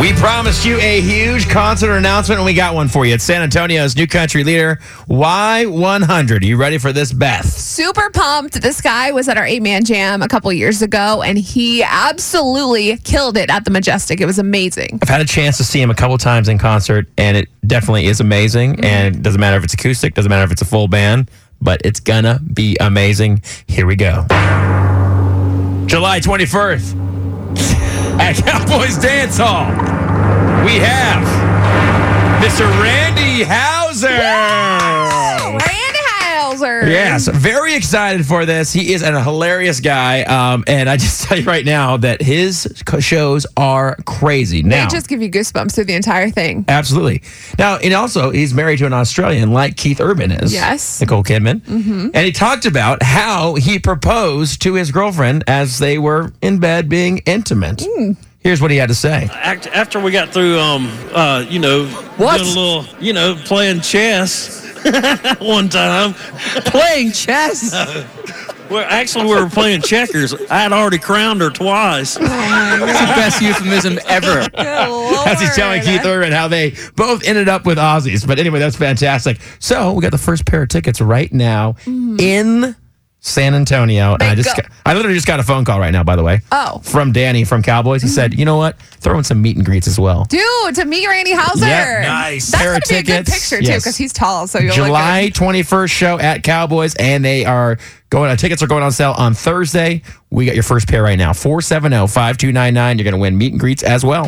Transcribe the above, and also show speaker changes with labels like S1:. S1: We promised you a huge concert announcement, and we got one for you. It's San Antonio's new country leader, Y100. Are you ready for this, Beth?
S2: super pumped. This guy was at our eight man jam a couple years ago, and he absolutely killed it at the Majestic. It was amazing.
S1: I've had a chance to see him a couple times in concert, and it definitely is amazing. And it doesn't matter if it's acoustic, doesn't matter if it's a full band, but it's gonna be amazing. Here we go. July 21st at Cowboys Dance Hall, we have Mr. Randy Hauser.
S2: Randy Hauser.
S1: Oh. Yes, very excited for this. He is a hilarious guy, um, and I just tell you right now that his co- shows are crazy.
S2: They
S1: Now,
S2: just give you goosebumps through the entire thing.
S1: absolutely. Now, and also, he's married to an Australian, like Keith Urban is.
S2: Yes.
S1: Nicole Kidman. Mm-hmm. And he talked about how he proposed to his girlfriend as they were in bed being intimate. Here's what he had to say.
S3: act, after we got through, um, uh, you know,
S4: What?
S3: doing a little, you know, playing chess one time.
S4: playing chess.
S3: Well, actually, we were playing checkers. I had already crowned her twice.
S4: Best euphemism ever.
S1: As he's telling Keith Urban how they both ended up with Aussies. But anyway, that's fantastic. So we got the first pair of tickets right now in San Antonio. And I just
S2: Mm-hmm. go.
S1: got, I literally just got a phone call right now, by the way.
S2: Oh. Mm-hmm.
S1: From Danny from Cowboys. He said, you know what? Throw in some meet and greets as well.
S2: Dude, to meet Randy Hauser.
S1: Yep, nice.
S2: That's
S1: Pair
S2: going
S1: of
S2: to be a good
S1: tickets,
S2: picture, too,
S1: yes.
S2: because he's tall, so you'll
S1: July
S2: look
S1: 21st show at Cowboys, and they are going, uh, tickets are going on sale on oh, Thursday. We got your first pair right now 470 5299. You're going to win meet and greets as well.